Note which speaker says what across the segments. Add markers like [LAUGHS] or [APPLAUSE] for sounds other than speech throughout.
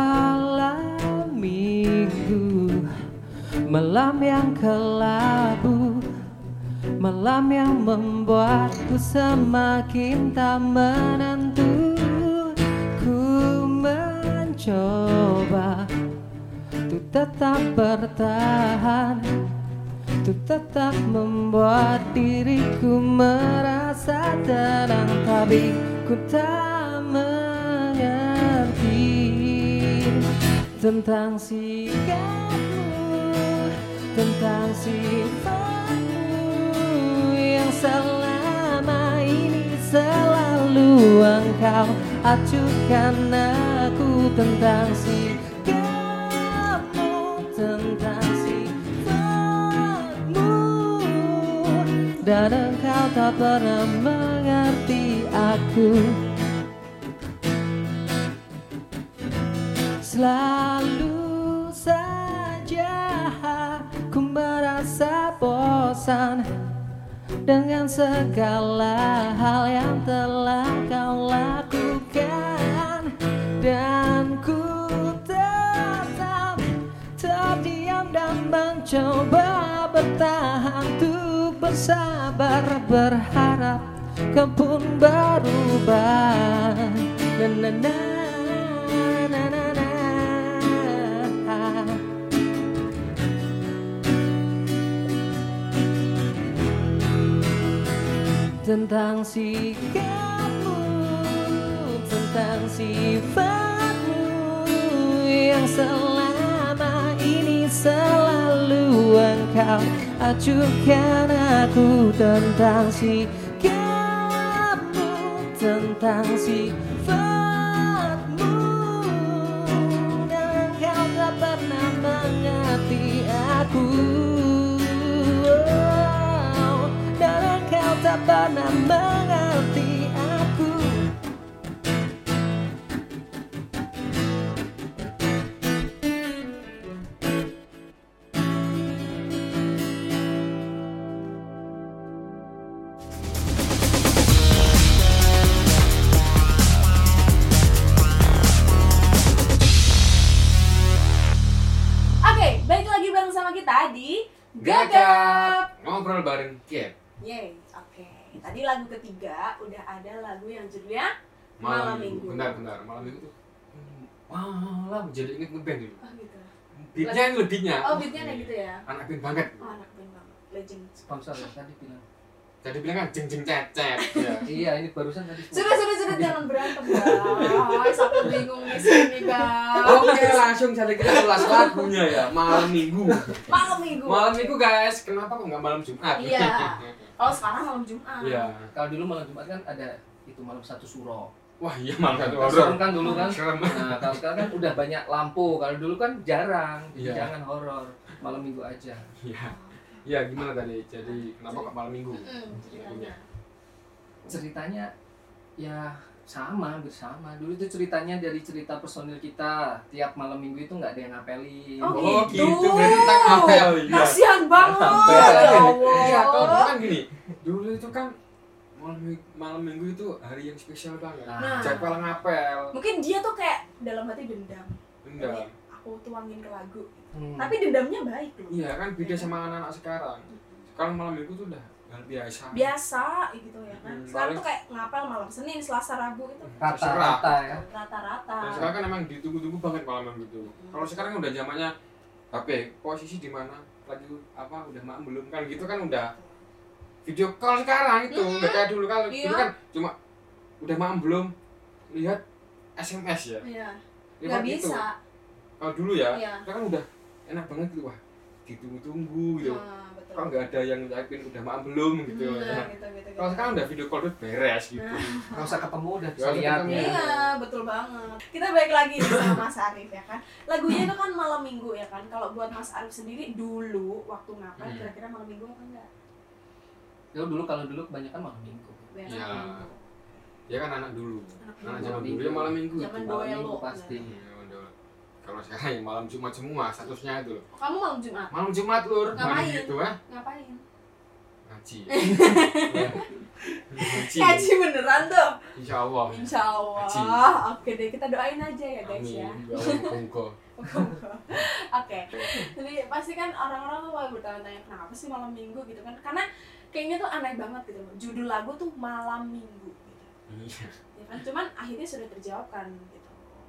Speaker 1: Malam minggu Malam yang kelabu Malam yang membuatku semakin tak menentu Ku mencoba Untuk tetap bertahan Untuk tetap membuat diriku merasa tenang Tapi ku tak mengerti tentang sikapmu, tentang sifatmu yang selama ini selalu engkau acukan aku tentang sikapmu, tentang sifatmu dan engkau tak pernah mengerti aku. Selalu saja ku merasa bosan dengan segala hal yang telah kau lakukan dan ku tetap terdiam dan mencoba bertahan untuk bersabar berharap kau pun berubah na na na na na na tentang sikapmu, tentang sifatmu yang selama ini selalu engkau acukan aku tentang sikapmu, tentang sifatmu dan engkau tak pernah mengerti aku. Oh, dan engkau tak pernah mengerti aku
Speaker 2: Oke, balik lagi bersama kita di Gagap.
Speaker 3: Gagap Ngobrol bareng iya, Kiep
Speaker 2: Yeay, oke. Tadi lagu ketiga udah ada lagu yang judulnya Malam Minggu.
Speaker 3: Bentar, bentar Malam Minggu tuh hmm, Malam, jadi inget ngeband dulu
Speaker 2: Oh gitu.
Speaker 3: Beatnya ini lebihnya
Speaker 2: Oh, beatnya ada gitu ya.
Speaker 3: Anak band banget
Speaker 2: Oh, anak band banget. Legend.
Speaker 4: sponsor ya tadi bilang
Speaker 3: Tadi bilang kan jeng jeng
Speaker 2: [LAUGHS]
Speaker 3: cecep ya.
Speaker 4: iya ini barusan tadi sponsor.
Speaker 2: Sudah, sudah, sudah jangan berantem, guys. Aku bingung di sini,
Speaker 3: Oh,
Speaker 2: guys.
Speaker 4: oke langsung saja kita ulas lagu
Speaker 3: Lagunya ya, Malam Minggu
Speaker 2: Malam Minggu.
Speaker 3: Malam Minggu guys, kenapa kok nggak malam Jumat?
Speaker 2: Iya. Kalau sekarang malam Jumat.
Speaker 3: Iya
Speaker 4: kalau dulu malam jumat kan ada itu malam satu suro
Speaker 3: Wah iya malam satu horor
Speaker 4: horor kan dulu kan
Speaker 3: Serem
Speaker 4: nah kalau sekarang kan udah banyak lampu kalau dulu kan jarang
Speaker 3: Iya.
Speaker 4: jadi jangan horor malam minggu aja
Speaker 3: Iya Iya gimana tadi, jadi kenapa kok malam Minggu?
Speaker 2: Mm, ceritanya.
Speaker 4: ceritanya ya sama hampir sama dulu itu ceritanya dari cerita personil kita tiap malam minggu itu nggak ada yang ngapelin
Speaker 2: Oh,
Speaker 3: Oh,
Speaker 2: gitu.
Speaker 3: gitu. Berarti tak apel, iya.
Speaker 2: Kasihan banget.
Speaker 3: Sampai
Speaker 2: Ya
Speaker 3: saat ini.
Speaker 2: Allah.
Speaker 3: Iya, kalau dulu kan gini, dulu itu kan malam, mi- malam minggu itu hari yang spesial banget.
Speaker 2: Nah.
Speaker 3: Jadwal ngapel,
Speaker 2: Mungkin dia tuh kayak dalam hati dendam.
Speaker 3: enggak.
Speaker 2: Aku tuangin ke lagu.
Speaker 4: Hmm.
Speaker 2: Tapi dendamnya baik loh.
Speaker 3: Iya kan beda sama anak-anak sekarang. Sekarang malam minggu tuh udah hal biasa.
Speaker 2: biasa gitu ya kan
Speaker 3: Hmm,
Speaker 2: sekarang
Speaker 3: paling-
Speaker 2: tuh kayak ngapel malam Senin Selasa Rabu itu
Speaker 3: Terserah.
Speaker 4: rata-rata ya
Speaker 3: Dan
Speaker 2: rata-rata
Speaker 3: Iya. sekarang kan emang ditunggu-tunggu banget malam minggu itu. Kalau sekarang udah zamannya HP, posisi di mana, lagi apa, udah malam belum kan gitu kan udah video call sekarang itu
Speaker 2: Mm-mm.
Speaker 3: nggak kayak dulu kan dulu
Speaker 2: Iya.
Speaker 3: kan cuma udah malam belum lihat SMS ya
Speaker 2: iya nggak
Speaker 3: Lewat itu.
Speaker 2: bisa
Speaker 3: kalau dulu ya
Speaker 2: iya
Speaker 3: Kita kan udah enak banget gitu wah ditunggu-tunggu gitu
Speaker 2: nah, betul
Speaker 3: kalau nggak ada yang nyapin udah makan belum gitu
Speaker 2: Hmm,
Speaker 3: Nah,
Speaker 2: gitu, gitu, gitu.
Speaker 3: kalau sekarang udah video call tuh beres gitu
Speaker 4: nggak usah ketemu udah bisa
Speaker 3: Nggak usah
Speaker 4: lihat
Speaker 3: ketemu.
Speaker 4: ya.
Speaker 2: Iya, betul banget. Kita balik lagi nih sama Mas Arif ya kan. Lagunya itu kan malam minggu ya kan. Kalau buat Mas Arif sendiri dulu waktu ngapel
Speaker 3: Hmm.
Speaker 2: kira-kira malam minggu apa enggak?
Speaker 4: Ya, dulu kalau dulu kebanyakan malam minggu
Speaker 2: Biar
Speaker 3: Iya.
Speaker 2: malam minggu.
Speaker 3: ya kan anak dulu anak
Speaker 2: Anak
Speaker 3: zaman
Speaker 4: minggu.
Speaker 3: dulu ya malam minggu
Speaker 2: Zaman
Speaker 3: itu.
Speaker 2: dulu.
Speaker 4: malam
Speaker 2: Duelo.
Speaker 4: minggu pasti
Speaker 3: Iya, zaman dulu. kalau sekarang ya malam jumat semua statusnya itu loh
Speaker 2: Kamu malam Jumat
Speaker 3: malam jumat lur
Speaker 2: Ngapain?
Speaker 3: gitu ah
Speaker 2: ngapain?
Speaker 3: ngaji ngaji
Speaker 2: Ngaji beneran tuh.
Speaker 3: insya Allah
Speaker 2: Insya
Speaker 3: Ngaji.
Speaker 2: Allah. Oke deh, kita doain aja ya guys
Speaker 3: amin
Speaker 2: ya.
Speaker 3: ya Allah monggo.
Speaker 2: [LAUGHS] Oke. Jadi pasti kan orang-orang tuh kalau bertanya-tanya kenapa sih malam minggu gitu kan? Karena kayaknya tuh aneh banget gitu. loh. Judul lagu tuh malam minggu. Gitu.
Speaker 3: Iya.
Speaker 2: Ya kan? Cuman akhirnya sudah terjawabkan gitu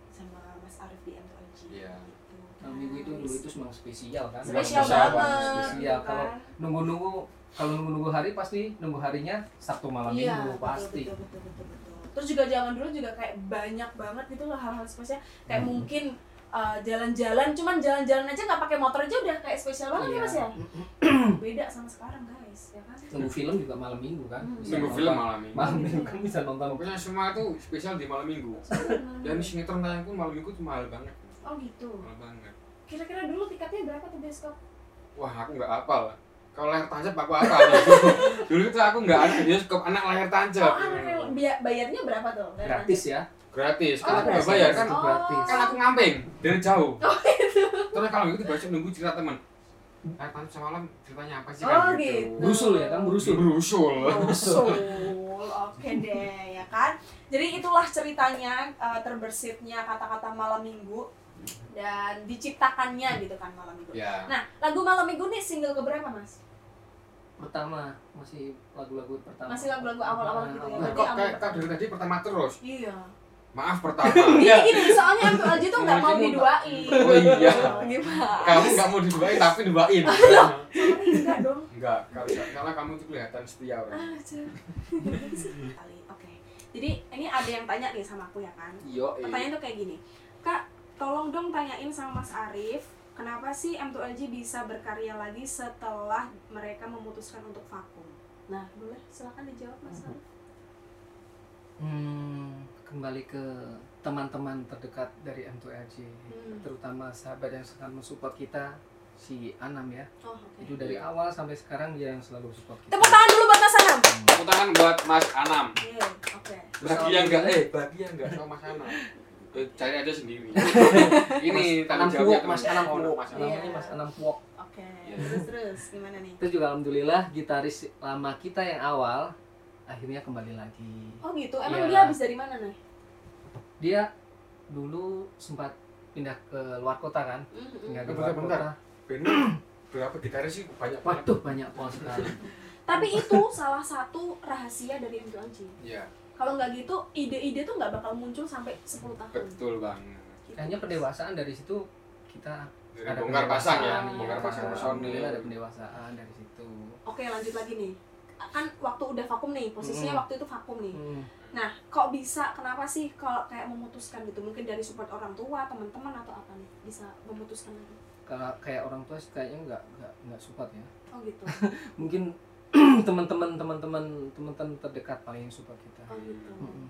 Speaker 2: sama Mas Arif di M2G.
Speaker 3: Iya.
Speaker 2: Gitu.
Speaker 4: Malam Nah, minggu itu dulu itu memang spesial kan
Speaker 2: spesial
Speaker 3: Spesial
Speaker 2: banget.
Speaker 3: banget,
Speaker 4: spesial.
Speaker 2: gitu
Speaker 4: Kalau
Speaker 2: kan.
Speaker 4: nunggu-nunggu kalau nunggu-nunggu hari pasti nunggu harinya Sabtu malam
Speaker 2: Iya,
Speaker 4: minggu
Speaker 2: betul,
Speaker 4: pasti
Speaker 2: Betul, betul, betul, betul. Terus juga zaman dulu juga kayak banyak banget gitu loh hal-hal spesial kayak
Speaker 4: Hmm.
Speaker 2: mungkin uh, jalan-jalan cuman jalan-jalan aja nggak pakai motor aja udah kayak spesial banget ya
Speaker 4: Iya.
Speaker 2: mas ya beda sama sekarang guys ya kan
Speaker 4: nunggu film juga malam minggu kan
Speaker 2: Hmm.
Speaker 4: Bisa
Speaker 3: nunggu
Speaker 4: nonton.
Speaker 3: film malam minggu
Speaker 4: malam minggu kan bisa nonton
Speaker 3: pokoknya semua itu spesial di malam minggu dan sinetron tayang pun malam minggu tuh mahal banget
Speaker 2: oh gitu
Speaker 3: mahal banget
Speaker 2: kira-kira dulu tiketnya berapa tuh bioskop
Speaker 3: wah aku nggak hafal kalau layar tancap aku hafal dulu itu aku nggak ada bioskop anak layar tancap
Speaker 2: oh anak yang bi- bayarnya berapa tuh Bayar
Speaker 4: Iya, gratis ya
Speaker 3: gratis
Speaker 2: Oh,
Speaker 3: kan aku nggak
Speaker 2: gratis.
Speaker 3: bayar kan
Speaker 4: itu
Speaker 2: Oh.
Speaker 4: gratis
Speaker 3: kan aku ngamping dari jauh
Speaker 2: [LAUGHS] Oh,
Speaker 3: terus kalau gitu baca nunggu cerita teman layar tancap semalam ceritanya apa sih
Speaker 2: Oh,
Speaker 3: kan
Speaker 2: gitu.
Speaker 3: gitu
Speaker 4: berusul ya kan berusul
Speaker 3: berusul
Speaker 2: Soul. Oke deh, ya kan? Jadi itulah ceritanya eh, terbersitnya kata-kata malam minggu dan diciptakannya gitu kan malam minggu.
Speaker 3: ya
Speaker 2: Nah, lagu malam minggu nih single keberapa mas?
Speaker 4: pertama masih lagu-lagu pertama
Speaker 2: Masih lagu-lagu awal-awal gitu ya?
Speaker 3: Nah,
Speaker 2: Berarti
Speaker 3: kok
Speaker 2: ambil
Speaker 3: kayak
Speaker 2: pertama.
Speaker 3: kayak dari tadi Iya. pertama terus
Speaker 2: Iya.
Speaker 3: maaf
Speaker 2: [LAUGHS]
Speaker 3: pertama
Speaker 2: Ini gini, soalnya MPLJ tuh nggak mau diduain.
Speaker 3: Iya, Oh, iya.
Speaker 2: Gimana?
Speaker 3: kamu nggak mau diduain tapi
Speaker 2: [LAUGHS]
Speaker 3: diduain
Speaker 2: Enggak
Speaker 3: [LAUGHS]
Speaker 2: dong.
Speaker 3: enggak karena karena kamu tuh kelihatan setia orang
Speaker 2: Ah, Cek. Gimana sih? Kali. Oke. Jadi ini ada yang tanya nih sama aku ya kan?
Speaker 3: yo
Speaker 2: Pertanyaan tuh kayak gini, Kak, tolong dong tanyain sama Mas Arif, kenapa sih M2LG bisa berkarya lagi setelah mereka memutuskan untuk vakum? Nah, boleh silakan dijawab Mas Arif.
Speaker 4: Hmm, kembali ke teman-teman terdekat dari M2LG
Speaker 2: Hmm.
Speaker 4: terutama sahabat yang selalu mensupport kita si Anam ya
Speaker 2: Oh, oke.
Speaker 4: itu dari awal sampai sekarang dia yang selalu support kita
Speaker 2: Tepuk tangan dulu buat Mas Anam.
Speaker 4: Hmm.
Speaker 3: tepuk tangan buat Mas Anam
Speaker 2: Iya, oke.
Speaker 3: bagi yang enggak eh bagi yang enggak sama Mas Anam Eh, cari aja sendiri ini
Speaker 4: Mas
Speaker 3: tanggung
Speaker 4: Anam
Speaker 3: jawabnya
Speaker 4: Puwok, Mas
Speaker 3: teman-
Speaker 4: Anam
Speaker 3: Oh,
Speaker 4: Puwok
Speaker 3: Mas Anam
Speaker 4: namanya Mas Anam Puwok
Speaker 2: Oke.
Speaker 3: Iya.
Speaker 2: Terus terus gimana nih?
Speaker 4: terus juga alhamdulillah gitaris lama kita yang awal akhirnya kembali lagi
Speaker 2: Oh gitu, emang
Speaker 4: Iya.
Speaker 2: dia habis dari mana nih?
Speaker 4: dia dulu sempat pindah ke luar kota kan
Speaker 2: Mm-mm.
Speaker 4: tinggal di luar
Speaker 3: Hmm. Bentar, bentar.
Speaker 4: kota
Speaker 3: Ben, berapa gitaris sih banyak banget
Speaker 4: waduh banyak kan. pol sekali
Speaker 2: Tapi itu salah satu rahasia dari M2LG.
Speaker 3: iya
Speaker 2: Kalau nggak gitu, ide-ide tuh nggak bakal muncul sampai 10 tahun.
Speaker 3: betul banget
Speaker 2: Gitu.
Speaker 4: kayaknya pendewasaan dari situ kita
Speaker 3: dari bongkar pasang ya
Speaker 4: pendewasaan,
Speaker 3: bongkar
Speaker 4: iya.
Speaker 3: pasang personil
Speaker 4: Alhamdulillah ada pendewasaan dari situ
Speaker 2: Oke lanjut lagi nih kan waktu udah vakum nih posisinya
Speaker 4: Hmm.
Speaker 2: waktu itu vakum nih
Speaker 4: Hmm.
Speaker 2: nah kok bisa kenapa sih kalau kayak memutuskan gitu mungkin dari support orang tua teman-teman atau apa nih bisa memutuskan lagi
Speaker 4: kalau kayak orang tua sih kayaknya nggak nggak nggak support ya
Speaker 2: oh gitu
Speaker 4: mungkin [CLEARS THROAT] teman-teman teman-teman teman-teman terdekat paling yang support kita
Speaker 2: oh
Speaker 4: Hmm.
Speaker 2: gitu
Speaker 4: Mm-mm.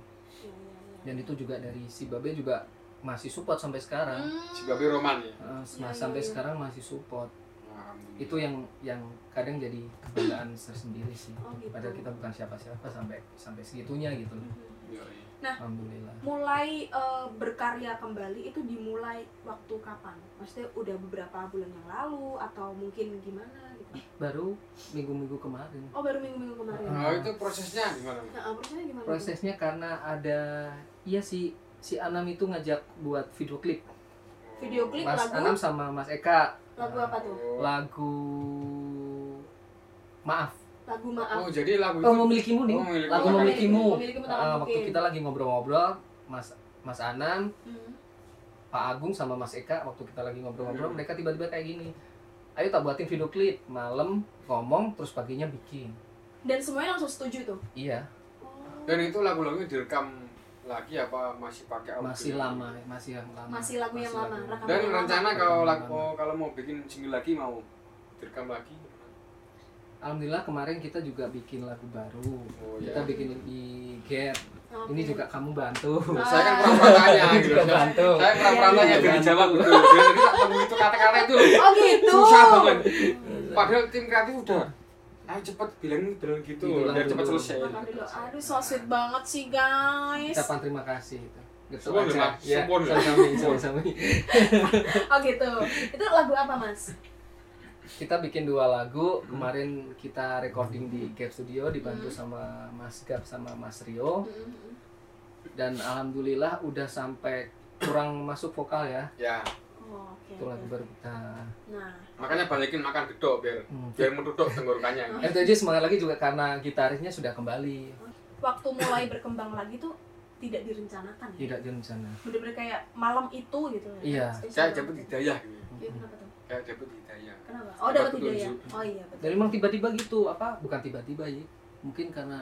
Speaker 2: Iya, iya, iya.
Speaker 4: dan itu juga dari si babe juga masih support sampai sekarang
Speaker 2: Hmm.
Speaker 3: si Babe Roman ya
Speaker 4: Eh,
Speaker 2: Iya, iya,
Speaker 4: nah, sampai
Speaker 2: iya.
Speaker 4: sekarang masih support
Speaker 3: Alhamdulillah.
Speaker 4: itu yang yang kadang jadi kebanggaan tersendiri sih
Speaker 2: Oh, gitu.
Speaker 4: padahal kita bukan siapa-siapa sampai sampai segitunya gitu loh
Speaker 2: Mhm.
Speaker 3: Iya, iya.
Speaker 4: alhamdulillah
Speaker 2: mulai eh, berkarya kembali itu dimulai waktu kapan maksudnya udah beberapa bulan yang lalu atau mungkin gimana gitu
Speaker 4: baru minggu-minggu kemarin
Speaker 2: oh baru minggu-minggu kemarin
Speaker 4: Hmm.
Speaker 3: Nah, itu prosesnya gimana?
Speaker 2: nah eh, prosesnya gimana
Speaker 4: prosesnya karena ada iya si si Anam itu ngajak buat video klip
Speaker 2: Video klip.
Speaker 4: Mas
Speaker 2: lagu?
Speaker 4: Anam sama Mas Eka
Speaker 2: lagu apa tuh
Speaker 3: Oh,
Speaker 4: lagu maaf
Speaker 2: lagu maaf
Speaker 3: Oh, jadi lagu itu
Speaker 4: oh, memilikimu nih
Speaker 3: Oh, Memilikimu.
Speaker 4: lagu
Speaker 3: Oh,
Speaker 4: memilikimu
Speaker 2: memilikimu tak
Speaker 4: Ah, waktu
Speaker 2: mungkin.
Speaker 4: kita lagi ngobrol-ngobrol Mas Mas Anam
Speaker 2: Hmm.
Speaker 4: Pak Agung sama Mas Eka waktu kita lagi ngobrol-ngobrol
Speaker 3: Hmm.
Speaker 4: mereka tiba-tiba kayak gini ayo tak buatin video klip malam ngomong terus paginya bikin
Speaker 2: dan semuanya langsung setuju tuh
Speaker 4: iya
Speaker 3: dan itu lagu-lagunya direkam lagi apa masih pakai audio?
Speaker 4: masih lama masih yang lama
Speaker 2: Masih lagu yang lama, rekaman.
Speaker 3: Dan rencana kalau
Speaker 4: Rekaman
Speaker 3: lagu kalau mau bikin single lagi mau direkam lagi.
Speaker 4: alhamdulillah kemarin kita juga bikin lagu baru
Speaker 3: Oh
Speaker 4: kita
Speaker 3: iya.
Speaker 4: bikin di Gap
Speaker 2: Oke. Iya,
Speaker 4: ini juga kamu bantu
Speaker 2: Ah.
Speaker 3: Saya kan pernah tanya
Speaker 4: Ini
Speaker 3: gitu.
Speaker 4: [LAUGHS] juga
Speaker 3: Saya
Speaker 4: bantu
Speaker 3: saya pernah
Speaker 4: Iya,
Speaker 3: tanya
Speaker 4: iya.
Speaker 3: biar dijawab gitu. Dia tadi tak temu itu kata-kata itu.
Speaker 2: Oh gitu.
Speaker 3: Susah banget. Padahal tim kreatif udah ayo cepet bilang bilang gitu
Speaker 4: Dibilang
Speaker 3: biar cepet
Speaker 4: dulu.
Speaker 3: selesai.
Speaker 2: Makan dulu. Aduh, so sweet banget sih, guys.
Speaker 4: ucapan terima kasih gitu gitu
Speaker 3: Syukur, Mas.
Speaker 4: aja ya
Speaker 3: Syukur.
Speaker 4: sama-sama sama-sama.
Speaker 2: Oh gitu. Itu lagu apa, Mas?
Speaker 4: kita bikin dua lagu kemarin kita recording di Gap Studio dibantu sama Mas Gap sama Mas Rio
Speaker 2: Mm-mm.
Speaker 4: dan alhamdulillah udah sampai kurang masuk vokal ya
Speaker 3: ya
Speaker 2: Oh, oke.
Speaker 4: itu lagu
Speaker 2: oke.
Speaker 4: baru kita
Speaker 2: Nah,
Speaker 3: makanya banyakin makan gedok biar
Speaker 4: hmm.
Speaker 3: biar menduduk tenggorokannya
Speaker 4: MTJ Eh, semangat lagi juga karena gitarisnya sudah kembali
Speaker 2: waktu mulai berkembang lagi tuh tidak direncanakan ya.
Speaker 4: tidak jauh di sana
Speaker 2: Bener-bener kayak malam itu gitu ya.
Speaker 4: Iya.
Speaker 2: Spesial
Speaker 3: saya
Speaker 2: banget
Speaker 3: dapat
Speaker 2: ya.
Speaker 3: hidayah gitu
Speaker 2: Iya,
Speaker 4: Hmm.
Speaker 2: kenapa tuh?
Speaker 3: kayak dapat hidayah
Speaker 2: Kenapa? Oh, dapat
Speaker 3: Dapat
Speaker 2: hidayah.
Speaker 3: petunjuk.
Speaker 2: Oh iya, betul.
Speaker 4: dan memang tiba-tiba gitu apa bukan tiba-tiba ya mungkin karena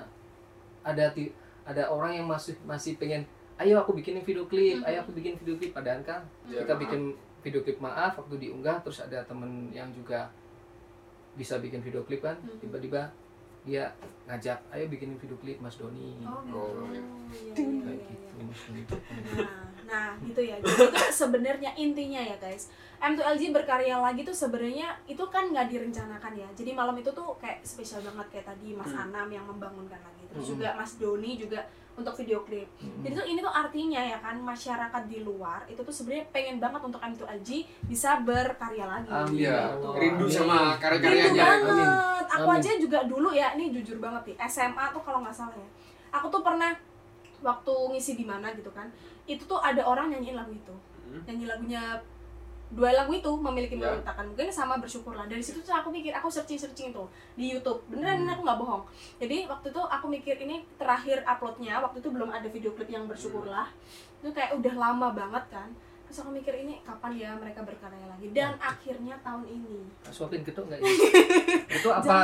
Speaker 4: ada ti- ada orang yang masih masih pengen ayo aku bikinin video
Speaker 2: Mhm.
Speaker 4: klip ayo aku bikin video klip padahal kan
Speaker 2: Oh, gitu.
Speaker 3: Ya,
Speaker 4: kita
Speaker 3: maaf.
Speaker 4: bikin video klip maaf waktu diunggah terus ada temen yang juga bisa bikin video klip kan
Speaker 2: Mhm.
Speaker 4: tiba-tiba dia ngajak ayo bikinin video klip Mas Doni
Speaker 2: Oh, gitu.
Speaker 3: Oh, iya.
Speaker 2: Iya, iya,
Speaker 4: kayak
Speaker 2: iya,
Speaker 4: gitu
Speaker 2: iya.
Speaker 4: Mas Doni
Speaker 2: Nah, nah, gitu ya. Jadi itu sebenarnya intinya ya guys. M2LG berkarya lagi tuh sebenarnya itu kan nggak direncanakan ya. Jadi malam itu tuh kayak spesial banget kayak tadi Mas
Speaker 3: Hmm.
Speaker 2: Anam yang membangunkan lagi. Terus
Speaker 4: Hmm.
Speaker 2: juga Mas Doni juga untuk video klip. Jadi tuh ini tuh artinya ya kan masyarakat di luar itu tuh sebenarnya pengen banget untuk M2LG bisa berkarya lagi. Gitu.
Speaker 4: Amin. ya
Speaker 3: iya
Speaker 4: Allah.
Speaker 3: rindu sama
Speaker 4: Amin.
Speaker 2: Rindu
Speaker 3: karya-karyanya
Speaker 2: Gitu banget.
Speaker 4: Amin.
Speaker 2: Aku
Speaker 4: Amin.
Speaker 2: aja juga dulu ya, ini jujur banget nih. SMA tuh kalau nggak salah ya. Aku tuh pernah waktu ngisi di mana gitu kan. Itu tuh ada orang nyanyiin lagu itu.
Speaker 3: Hmm.
Speaker 2: Nyanyi lagunya dua lagu itu memiliki
Speaker 3: Ya.
Speaker 2: meletakkan mungkin sama bersyukurlah dari situ tuh aku mikir aku searching searching itu di YouTube beneran
Speaker 4: Hmm.
Speaker 2: ini aku nggak bohong jadi waktu itu aku mikir ini terakhir uploadnya waktu itu belum ada video klip yang
Speaker 4: Hmm.
Speaker 2: bersyukurlah itu kayak udah lama banget kan terus aku mikir ini kapan ya mereka berkarya lagi dan
Speaker 4: Ya.
Speaker 2: akhirnya tahun ini
Speaker 4: suapin gitu enggak ya itu apa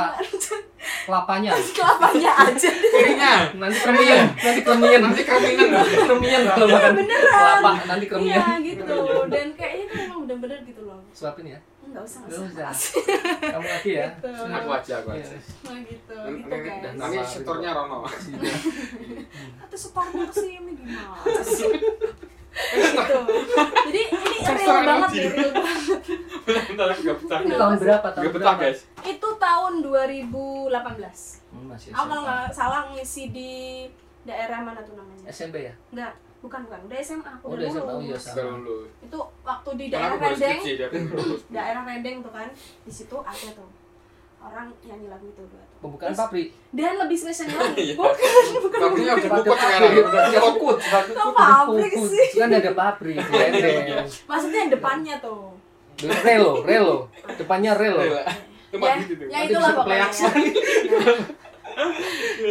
Speaker 4: kelapanya
Speaker 2: kelapanya aja
Speaker 3: kirinya
Speaker 4: nanti kremien nanti kremien
Speaker 3: nanti Iya, keringan loh
Speaker 4: kremien kalau makan kelapa nanti kremien
Speaker 2: iya gitu dan kayaknya itu memang bener-bener gitu loh
Speaker 4: suapin ya
Speaker 2: nggak usah nggak
Speaker 4: Nggak
Speaker 2: usah
Speaker 4: kamu lagi ya
Speaker 2: Gitu.
Speaker 3: aku aja aku
Speaker 4: Iya.
Speaker 3: aja
Speaker 2: Nah, gitu
Speaker 3: Nanti-
Speaker 2: gitu guys
Speaker 3: nanti- nanti setornya Rono
Speaker 2: atau setornya ke sini gimana sih gitu jadi ini real
Speaker 3: Setor
Speaker 2: banget
Speaker 3: emoji.
Speaker 2: nih real banget.
Speaker 3: bentar aku gak betah
Speaker 4: Ini tahun berapa tahun
Speaker 3: gak betah
Speaker 4: berapa?
Speaker 3: guys
Speaker 2: itu tahun 2018
Speaker 4: Hmm, masih
Speaker 2: aku kalau
Speaker 4: SMA.
Speaker 2: nggak salah ngisi di daerah mana tuh namanya
Speaker 4: SMP ya
Speaker 2: enggak bukan bukan udah SMA aku
Speaker 4: Oh,
Speaker 2: udah
Speaker 4: udah SMA, oh, iya,
Speaker 2: lulus
Speaker 4: Sama.
Speaker 3: Sudah lulus
Speaker 2: itu waktu di
Speaker 3: Karena
Speaker 2: daerah
Speaker 3: aku baru
Speaker 2: Rendeng
Speaker 3: skripsi dari lulus
Speaker 2: daerah Rendeng tuh kan di situ ada tuh orang nyanyi lagu itu dua tuh
Speaker 4: pembukaan
Speaker 2: Terus-
Speaker 4: pabrik
Speaker 2: dan lebih spesialnya lagi
Speaker 3: [LAUGHS] Iya.
Speaker 2: bukan bukan
Speaker 3: Pabriknya udah
Speaker 4: Sepatu
Speaker 3: buka sekarang
Speaker 4: pabrik.
Speaker 3: udah
Speaker 4: Sepatu
Speaker 3: buka.
Speaker 4: kut, sepatu
Speaker 2: Kok
Speaker 4: kut.
Speaker 2: pabrik
Speaker 4: Kut,
Speaker 2: sih?
Speaker 4: kan ada
Speaker 3: [LAUGHS]
Speaker 4: pabrik
Speaker 3: iya.
Speaker 4: rendeng
Speaker 2: maksudnya yang depannya tuh
Speaker 4: relo relo depannya relo
Speaker 3: Iya. Cuma
Speaker 2: ya,
Speaker 3: gitu tuh.
Speaker 2: ya
Speaker 4: Nanti
Speaker 2: itulah
Speaker 4: bisa
Speaker 2: pokoknya
Speaker 4: kepleaks
Speaker 2: ya. [LAUGHS]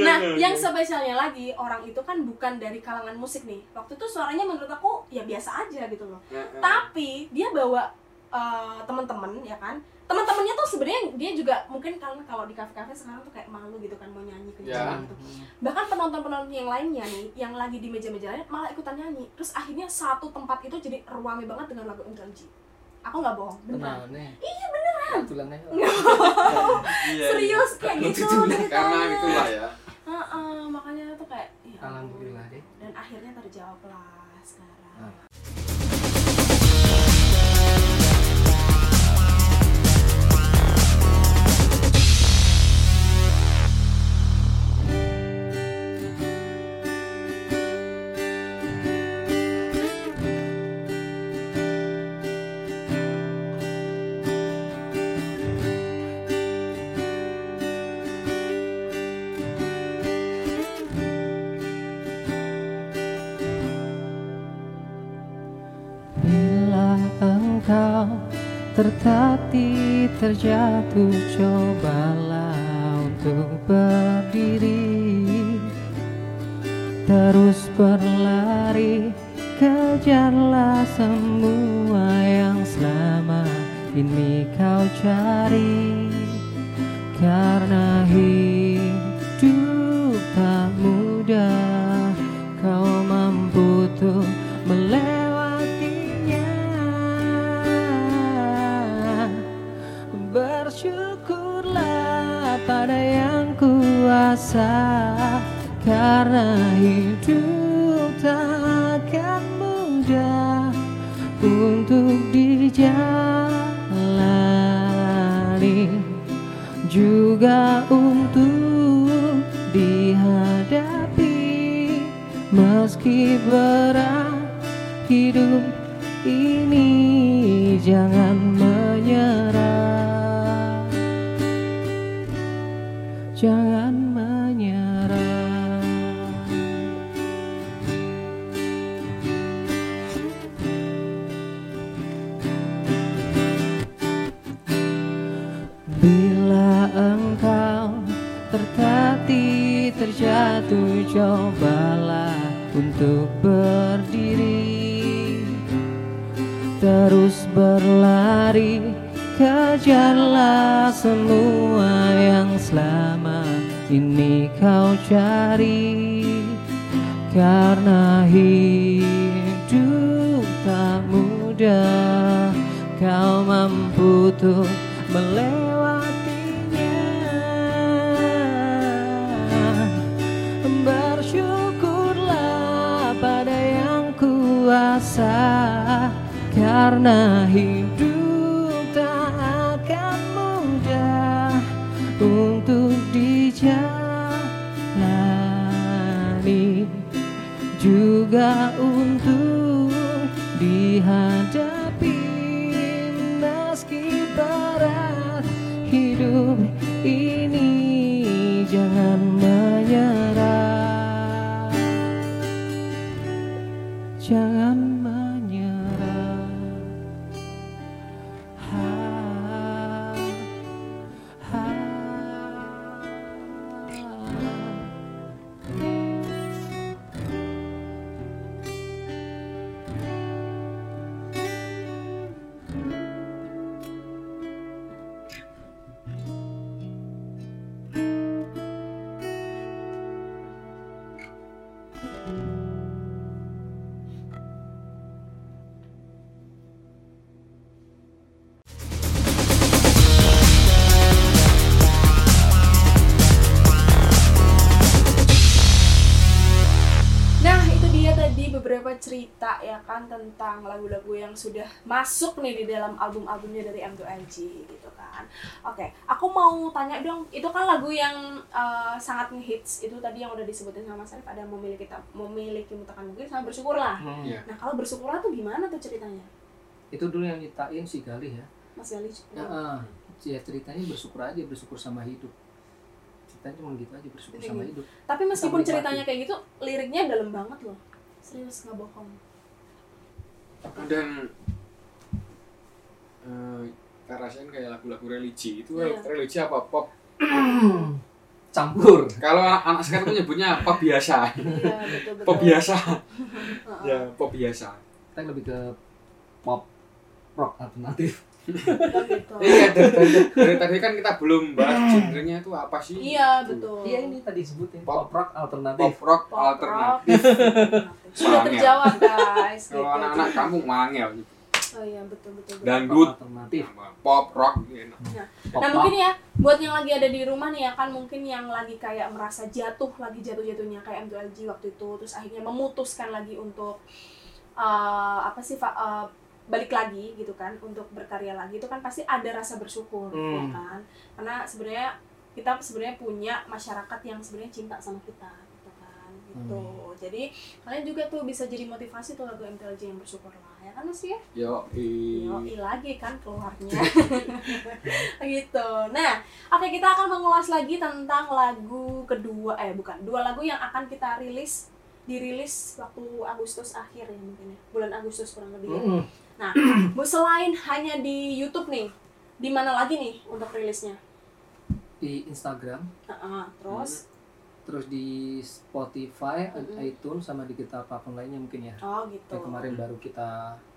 Speaker 2: nah
Speaker 3: Iya,
Speaker 2: yang spesialnya lagi orang itu kan bukan dari kalangan musik nih waktu itu suaranya menurut aku ya biasa aja gitu loh
Speaker 3: Ya, ya.
Speaker 2: tapi dia bawa eh, teman-teman ya kan teman-temannya tuh sebenarnya dia juga mungkin kalau kalau di kafe-kafe sekarang tuh kayak malu gitu kan mau nyanyi
Speaker 3: Ya.
Speaker 2: kencang gitu bahkan penonton-penonton yang lainnya nih yang lagi di meja-meja lain malah ikutan nyanyi terus akhirnya satu tempat itu jadi ruame banget dengan lagu MTLG aku nggak bohong beneran
Speaker 4: tenang nih iya beneran
Speaker 2: [LAUGHS]
Speaker 4: tulangnya
Speaker 3: Iya, iya.
Speaker 2: serius kayak gitu ceritanya
Speaker 3: karena itulah ya
Speaker 2: Heeh, makanya tuh kayak ya ampun.
Speaker 4: Alhamdulillah deh.
Speaker 2: dan akhirnya terjawab lah sekarang
Speaker 4: Ah.
Speaker 1: Bila engkau tertati terjatuh Cobalah untuk berdiri Terus berlari Kejarlah semua yang selama ini kau cari Karena hidup tak mudah Kau mampu tuh melewatinya Bersyukurlah pada yang kuasa Karena hidup takkan mudah Untuk dijalani Juga untuk dihadapi Meski berat hidup ini jangan menyerah jangan menyerah Bila engkau tertati terjatuh cobalah untuk berdiri Terus berlari kejarlah semua yang selama ini kau cari Karena hidup tak mudah kau mampu tuh melewatinya Bersyukurlah pada yang kuasa Karena hidup tak akan mudah Untuk dijalani Juga untuk dihadapi Meski berat hidup ini Jangan menyerah jangan menyerah. Ha, ha.
Speaker 2: Nah, itu dia tadi beberapa cerita ya kan tentang lagu-lagu yang sudah masuk nih di dalam album-albumnya dari M2LG gitu kan. Oke, aku mau tanya dong, itu kan lagu yang eh, sangat ngehits itu tadi yang udah disebutin sama Mas Arif ada memiliki ta- memiliki mutakan mungkin sama bersyukurlah.
Speaker 4: Hmm.
Speaker 3: Iya.
Speaker 2: Nah, kalau bersyukurlah tuh gimana tuh ceritanya?
Speaker 4: Itu dulu yang nyiptain si Galih ya.
Speaker 2: Mas Gali.
Speaker 4: Ya, ah, ya ceritanya bersyukur aja, bersyukur sama hidup. Ceritanya cuma gitu aja, bersyukur sama
Speaker 2: Iya.
Speaker 4: hidup.
Speaker 2: Tapi meskipun
Speaker 4: Kita menikmati.
Speaker 2: ceritanya kayak gitu, liriknya dalam banget loh. Serius nggak [LAUGHS] bohong.
Speaker 3: dan eh Kak rasain kayak lagu-lagu religi itu
Speaker 2: Iya.
Speaker 3: religi apa pop
Speaker 4: Campur.
Speaker 3: kalau anak-anak sekarang tuh nyebutnya pop biasa
Speaker 2: Iya, betul Oh. betul.
Speaker 3: pop biasa
Speaker 2: Heeh.
Speaker 3: ya pop biasa
Speaker 4: Kita lebih ke pop rock alternatif.
Speaker 2: Kan gitu.
Speaker 3: iya dari, dari- dari tadi kan kita belum bahas genrenya itu apa sih
Speaker 2: Iya, betul.
Speaker 4: Iya ini tadi disebutin
Speaker 3: Pop.
Speaker 4: pop rock
Speaker 3: pop
Speaker 4: alternatif.
Speaker 3: rock
Speaker 2: Pop rock.
Speaker 3: alternatif
Speaker 2: Sudah
Speaker 3: Wangel.
Speaker 2: terjawab guys.
Speaker 3: kalau
Speaker 2: gitu.
Speaker 3: anak-anak kampung mangel
Speaker 2: Oh iya betul betul. betul.
Speaker 4: Rock
Speaker 3: dangdut
Speaker 4: alternatif.
Speaker 3: pop rock gitu.
Speaker 4: Pop
Speaker 2: nah
Speaker 4: rock.
Speaker 2: mungkin ya buat yang lagi ada di rumah nih ya kan mungkin yang lagi kayak merasa jatuh lagi jatuh jatuhnya kayak M2LG waktu itu terus akhirnya memutuskan lagi untuk eh, apa sih Fa- eh, balik lagi gitu kan untuk berkarya lagi itu kan pasti ada rasa bersyukur ya
Speaker 4: Hmm.
Speaker 2: kan karena sebenarnya kita sebenarnya punya masyarakat yang sebenarnya cinta sama kita gitu kan gitu jadi kalian juga tuh bisa jadi motivasi tuh lagu MTLG yang bersyukur lah ya kan sih ya
Speaker 3: yo iya. i
Speaker 2: Yoi lagi kan keluarnya [LAUGHS] gitu nah oke kita akan mengulas lagi tentang lagu kedua eh bukan dua lagu yang akan kita rilis dirilis waktu Agustus akhir ya mungkin ya bulan Agustus kurang lebih ya.
Speaker 4: Mm-mm.
Speaker 2: nah bu selain hanya di YouTube nih di mana lagi nih untuk rilisnya
Speaker 4: Di Instagram,
Speaker 2: Heeh, terus
Speaker 4: terus di Spotify,
Speaker 2: Mm-mm.
Speaker 4: iTunes sama di kita platform lainnya mungkin ya.
Speaker 2: oh gitu
Speaker 4: Yang kemarin baru kita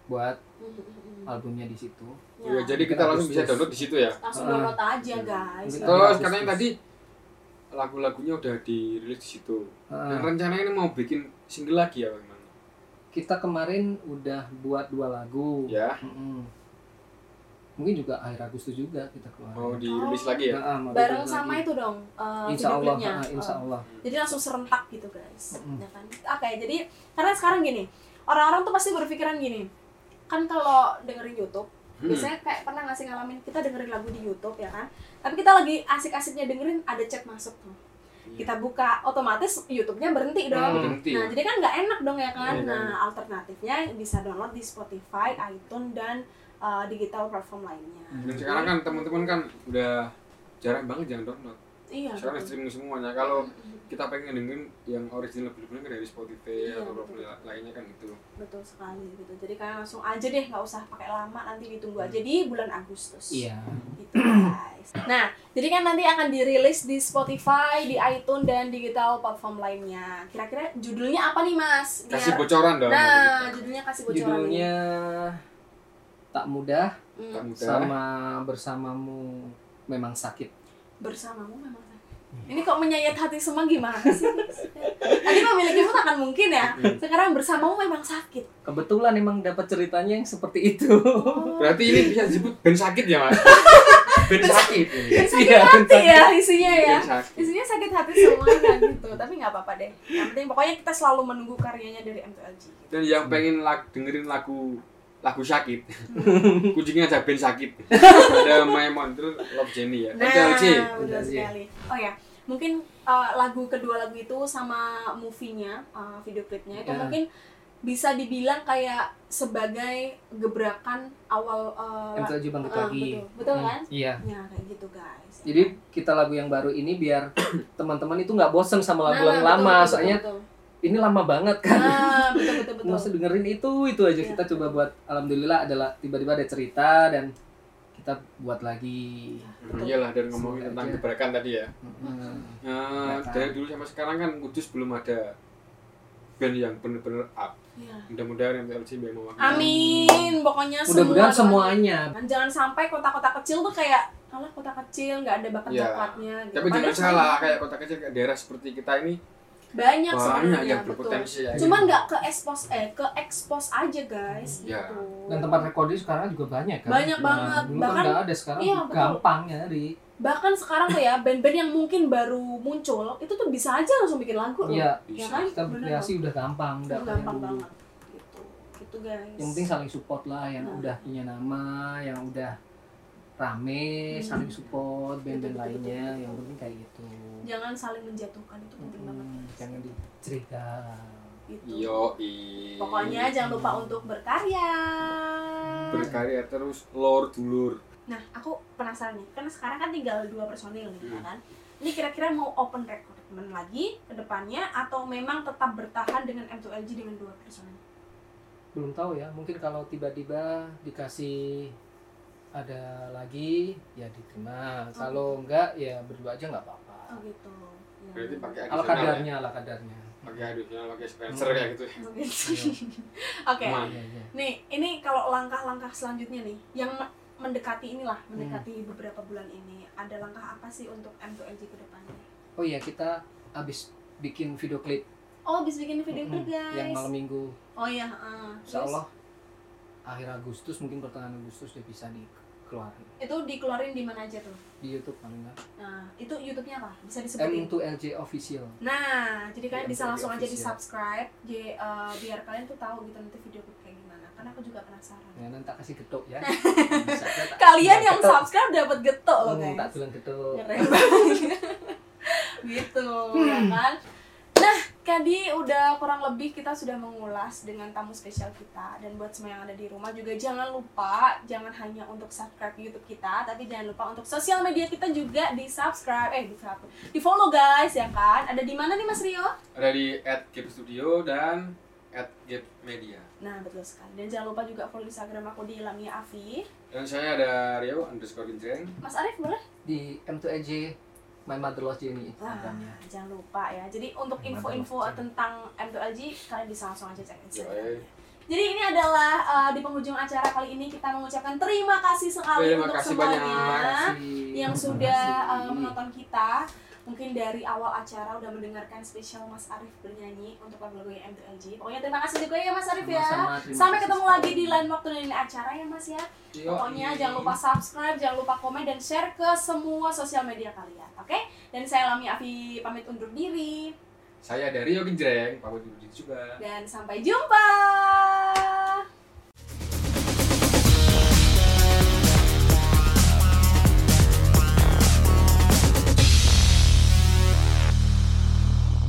Speaker 4: buat
Speaker 2: Mhm.
Speaker 4: albumnya di situ.
Speaker 3: Ya,
Speaker 2: Ya,
Speaker 3: jadi kita langsung bisa download di situ ya
Speaker 2: langsung
Speaker 4: Ah.
Speaker 2: download aja guys
Speaker 4: Kita-
Speaker 3: terus
Speaker 4: Agustus.
Speaker 3: katanya tadi lagu-lagunya udah dirilis di situ
Speaker 4: Nah,
Speaker 2: Ah.
Speaker 3: Dan rencananya ini mau bikin single lagi ya Bang?
Speaker 4: kita kemarin udah buat dua lagu.
Speaker 3: Ya,
Speaker 4: Mm-mm. Mungkin juga akhir Agustus juga kita keluar.
Speaker 3: mau dirilis lagi ya.
Speaker 4: Nah, ah, mau
Speaker 2: bareng
Speaker 4: dirilis
Speaker 2: sama
Speaker 4: lagi.
Speaker 2: itu dong eh,
Speaker 4: Insya Allah,
Speaker 2: videoclipnya.
Speaker 4: ah, Insya
Speaker 2: Eh.
Speaker 4: Allah.
Speaker 2: jadi langsung serentak gitu guys
Speaker 4: Mm-mm.
Speaker 2: ya kan oke jadi karena sekarang gini orang-orang tuh pasti berpikiran gini kan kalau dengerin YouTube
Speaker 3: Hmm.
Speaker 2: biasanya kayak pernah ngasih ngalamin kita dengerin lagu di YouTube ya kan tapi kita lagi asik-asiknya dengerin ada chat masuk tuh
Speaker 3: Iya.
Speaker 2: kita buka otomatis YouTube-nya berhenti dong
Speaker 3: Berhenti. ya?
Speaker 2: nah jadi kan nggak enak dong ya kan
Speaker 3: Iya, nggak
Speaker 2: nah alternatifnya bisa download di Spotify, iTunes dan eh, digital platform lainnya
Speaker 3: kan Dan sekarang kan teman-teman kan udah jarang banget yang download.
Speaker 2: Iya.
Speaker 3: sekarang
Speaker 2: betul.
Speaker 3: streaming semuanya kalau
Speaker 2: Mm-mm.
Speaker 3: kita pengen dengerin yang original bener-bener dari Spotify
Speaker 2: Iya,
Speaker 3: atau
Speaker 2: betul. Iya.
Speaker 3: platform lainnya kan gitu
Speaker 2: betul sekali gitu jadi kalian langsung aja deh nggak usah pakai lama nanti ditunggu aja di bulan Agustus
Speaker 4: Iya.
Speaker 2: gitu guys nah jadi kan nanti akan dirilis di Spotify di iTunes dan digital platform lainnya kira-kira judulnya apa nih mas Biar-
Speaker 3: kasih bocoran dong
Speaker 2: nah judulnya kasih bocoran nih.
Speaker 4: Judulnya Tak Mudah
Speaker 2: Hmm,
Speaker 3: tak mudah
Speaker 4: sama Bersamamu Memang Sakit.
Speaker 2: bersamamu memang ini kok menyayat hati semua gimana sih tadi memilikimu takkan mungkin ya
Speaker 3: Hmm.
Speaker 2: sekarang bersamamu memang sakit
Speaker 4: Kebetulan emang dapat ceritanya yang seperti itu.
Speaker 2: [LAUGHS] Oh.
Speaker 3: berarti ini bisa disebut band sakit ya
Speaker 2: [LAUGHS]
Speaker 3: mas band sakit ini.
Speaker 2: Kan sakit
Speaker 4: Iya,
Speaker 2: hati ya isinya ya
Speaker 3: band sakit
Speaker 2: isinya sakit hati semuanya gitu tapi nggak apa-apa deh yang penting pokoknya kita selalu menunggu karyanya dari M2LG
Speaker 3: dan yang pengen lag, dengerin lagu lagu
Speaker 2: [LAUGHS]
Speaker 3: sakit kucingnya ada band sakit ada Maemon terus Love Jenny ya
Speaker 2: nah
Speaker 3: MTLC
Speaker 2: benar
Speaker 4: MTLC.
Speaker 2: sekali oh ya mungkin eh, lagu kedua lagu itu sama movie-nya eh, video klipnya itu
Speaker 4: Ya.
Speaker 2: mungkin bisa dibilang kayak sebagai gebrakan awal eh, la-
Speaker 4: M7 bangkit
Speaker 2: Ah,
Speaker 4: lagi.
Speaker 2: betul. Betul kan?
Speaker 4: Hmm, Iya.
Speaker 2: ya kayak gitu guys
Speaker 4: Jadi kita lagu yang baru ini
Speaker 2: [COUGHS]
Speaker 4: biar teman-teman itu nggak bosen sama lagu
Speaker 2: Nah,
Speaker 4: yang
Speaker 2: betul,
Speaker 4: lama.
Speaker 2: betul, betul,
Speaker 4: Soalnya
Speaker 2: betul.
Speaker 4: ini lama banget kan.
Speaker 2: Nah, betul betul betul
Speaker 4: Nggak usah dengerin itu itu aja
Speaker 2: Iya.
Speaker 4: kita coba buat. Alhamdulillah adalah tiba-tiba ada cerita dan kita buat lagi.
Speaker 3: Hmm, iyalah dan ngomongin tentang
Speaker 4: Semoga aja.
Speaker 3: gebrakan tadi ya
Speaker 4: Hmm.
Speaker 3: Nah,
Speaker 4: Gebrakan.
Speaker 3: dari dulu sampai sekarang kan Kudus belum ada band yang bener-bener up
Speaker 2: Iya.
Speaker 3: mudah-mudahan MTLC yang mewakili
Speaker 2: Amin, pokoknya
Speaker 4: Mudah-mudahan
Speaker 2: semua
Speaker 4: semuanya.
Speaker 2: Dan Kan jangan sampai kota-kota kecil tuh kayak kalah kota kecil nggak ada bakat
Speaker 3: Iya.
Speaker 2: bakatnya gitu.
Speaker 3: tapi
Speaker 2: Padahal
Speaker 3: jangan salah kayak kota kecil kayak daerah seperti kita ini
Speaker 2: banyak
Speaker 3: banyak
Speaker 2: sebenarnya
Speaker 3: yang
Speaker 2: Iya, betul.
Speaker 3: berpotensi ya
Speaker 2: Cuman nggak ke expose eh ke expose aja guys
Speaker 3: Iya.
Speaker 2: gitu.
Speaker 4: Dan tempat recording sekarang juga banyak kan.
Speaker 2: Banyak banget.
Speaker 4: Dulu
Speaker 2: Bahkan-
Speaker 4: kan nggak ada sekarang
Speaker 2: iya, betul.
Speaker 4: gampang nyari.
Speaker 2: Bahkan sekarang tuh ya band-band yang mungkin baru muncul itu tuh bisa aja langsung bikin lagu loh.
Speaker 4: Iya.
Speaker 2: Ya
Speaker 3: bisa
Speaker 2: kan?
Speaker 4: Kita
Speaker 2: Bener
Speaker 4: berkreasi udah gampang.
Speaker 2: loh.
Speaker 4: nggak
Speaker 2: Itu
Speaker 4: kayak
Speaker 2: gampang
Speaker 4: dulu.
Speaker 2: banget. Gitu. Gitu guys.
Speaker 4: yang penting saling support lah yang
Speaker 2: Nah.
Speaker 4: udah punya nama yang udah rame
Speaker 2: Hmm.
Speaker 4: saling support
Speaker 2: Betul,
Speaker 4: band-band
Speaker 2: betul, betul,
Speaker 4: lainnya yang
Speaker 2: betul.
Speaker 4: penting kayak gitu
Speaker 2: jangan saling menjatuhkan itu penting banget.
Speaker 4: Hmm, jangan dicerita
Speaker 2: Gitu.
Speaker 3: yoi
Speaker 2: Pokoknya jangan lupa untuk berkarya.
Speaker 3: berkarya terus lor dulur
Speaker 2: Nah, aku penasaran nih, kan sekarang kan tinggal dua personil nih, ya
Speaker 3: Hmm.
Speaker 2: kan? Ini kira-kira mau open recruitment lagi ke depannya atau memang tetap bertahan dengan M2LG dengan dua personil?
Speaker 4: belum tahu ya mungkin kalau tiba-tiba dikasih ada lagi ya diterima
Speaker 2: Hmm.
Speaker 4: kalau enggak ya berdua aja nggak
Speaker 2: Oh
Speaker 4: apa-apa
Speaker 2: gitu. Ya.
Speaker 3: berarti pakai
Speaker 4: ala
Speaker 3: adisional ya
Speaker 4: kadarnya ala kadarnya
Speaker 3: pakai adisional pakai Spencer
Speaker 4: Hmm.
Speaker 3: kayak gitu ya
Speaker 2: Oh, gitu. [LAUGHS] Oke.
Speaker 3: Aman.
Speaker 4: Iya, iya.
Speaker 2: Nih, ini kalau langkah-langkah selanjutnya nih yang me- mendekati inilah, mendekati
Speaker 4: Hmm.
Speaker 2: beberapa bulan ini, ada langkah apa sih untuk M2LG ke depannya?
Speaker 4: oh iya kita abis bikin video klip
Speaker 2: Oh, habis bikin video
Speaker 4: Mm-mm,
Speaker 2: klip, guys.
Speaker 4: Hmm, yang malam minggu
Speaker 2: Oh iya, heeh.
Speaker 4: Insya
Speaker 2: Terus
Speaker 4: Allah akhir Agustus mungkin pertengahan Agustus udah bisa dikeluarin
Speaker 2: itu dikeluarin di mana aja tuh?
Speaker 4: di YouTube paling nggak
Speaker 2: Nah, itu YouTube-nya apa? Bisa disebutin?
Speaker 4: M2LJ official
Speaker 2: Nah, jadi kalian
Speaker 4: Iya,
Speaker 2: bisa
Speaker 4: jadi
Speaker 2: langsung aja di
Speaker 4: official.
Speaker 2: subscribe, di, eh, biar kalian tuh tahu gitu nanti video aku kayak gimana. Karena aku juga penasaran.
Speaker 4: ya nanti tak kasih getok
Speaker 2: [LAUGHS]
Speaker 4: ya
Speaker 2: Kalian yang subscribe dapat getok loh
Speaker 4: loh Iya, Hmm, tak
Speaker 2: guys.
Speaker 4: bilang getok
Speaker 2: Keren banget. [LAUGHS] gitu,
Speaker 4: Hmm.
Speaker 2: ya kan? Nah, tadi udah kurang lebih kita sudah mengulas dengan tamu spesial kita dan buat semua yang ada di rumah juga jangan lupa jangan hanya untuk subscribe YouTube kita tapi jangan lupa untuk sosial media kita juga di subscribe eh di subscribe di follow guys ya kan ada di mana nih Mas Rio?
Speaker 3: ada di at Gabe Studio dan at Gabe Media
Speaker 2: Nah, betul sekali. Dan jangan lupa juga follow Instagram aku di Lamia Afi.
Speaker 3: dan saya ada Rio underscore Injeng
Speaker 2: Mas Arief boleh?
Speaker 4: di M2LJ My Mother Lost Jenny Instagramnya
Speaker 2: jangan lupa ya. Jadi untuk
Speaker 4: Mantap,
Speaker 2: info-info
Speaker 4: Mas.
Speaker 2: tentang M2LG, kalian bisa langsung aja cek
Speaker 4: Iya, ya.
Speaker 2: Instagram.
Speaker 3: Yoi.
Speaker 2: Jadi ini adalah uh, di penghujung acara kali ini kita mengucapkan terima kasih sekali
Speaker 3: Terima
Speaker 2: untuk
Speaker 3: kasih
Speaker 2: semuanya
Speaker 3: banyak.
Speaker 2: yang
Speaker 4: Terima
Speaker 2: sudah
Speaker 4: kasih.
Speaker 2: uh, menonton kita. Mungkin dari awal acara udah mendengarkan spesial Mas Arief bernyanyi untuk lagu-lagu yang M2LG. Pokoknya terima kasih juga ya Mas Arief ya.
Speaker 4: Sama-sama, terima
Speaker 2: Sampai
Speaker 4: kasih
Speaker 2: ketemu
Speaker 4: sekali.
Speaker 2: lagi di lain waktu dan lain acara ya Mas ya.
Speaker 3: Yoi.
Speaker 2: Pokoknya jangan lupa subscribe, jangan lupa komen dan share ke semua sosial media kalian, oke? Dan saya Lami Afi pamit undur diri
Speaker 3: saya dari Rio Genjreng pamit undur diri juga
Speaker 2: dan sampai jumpa.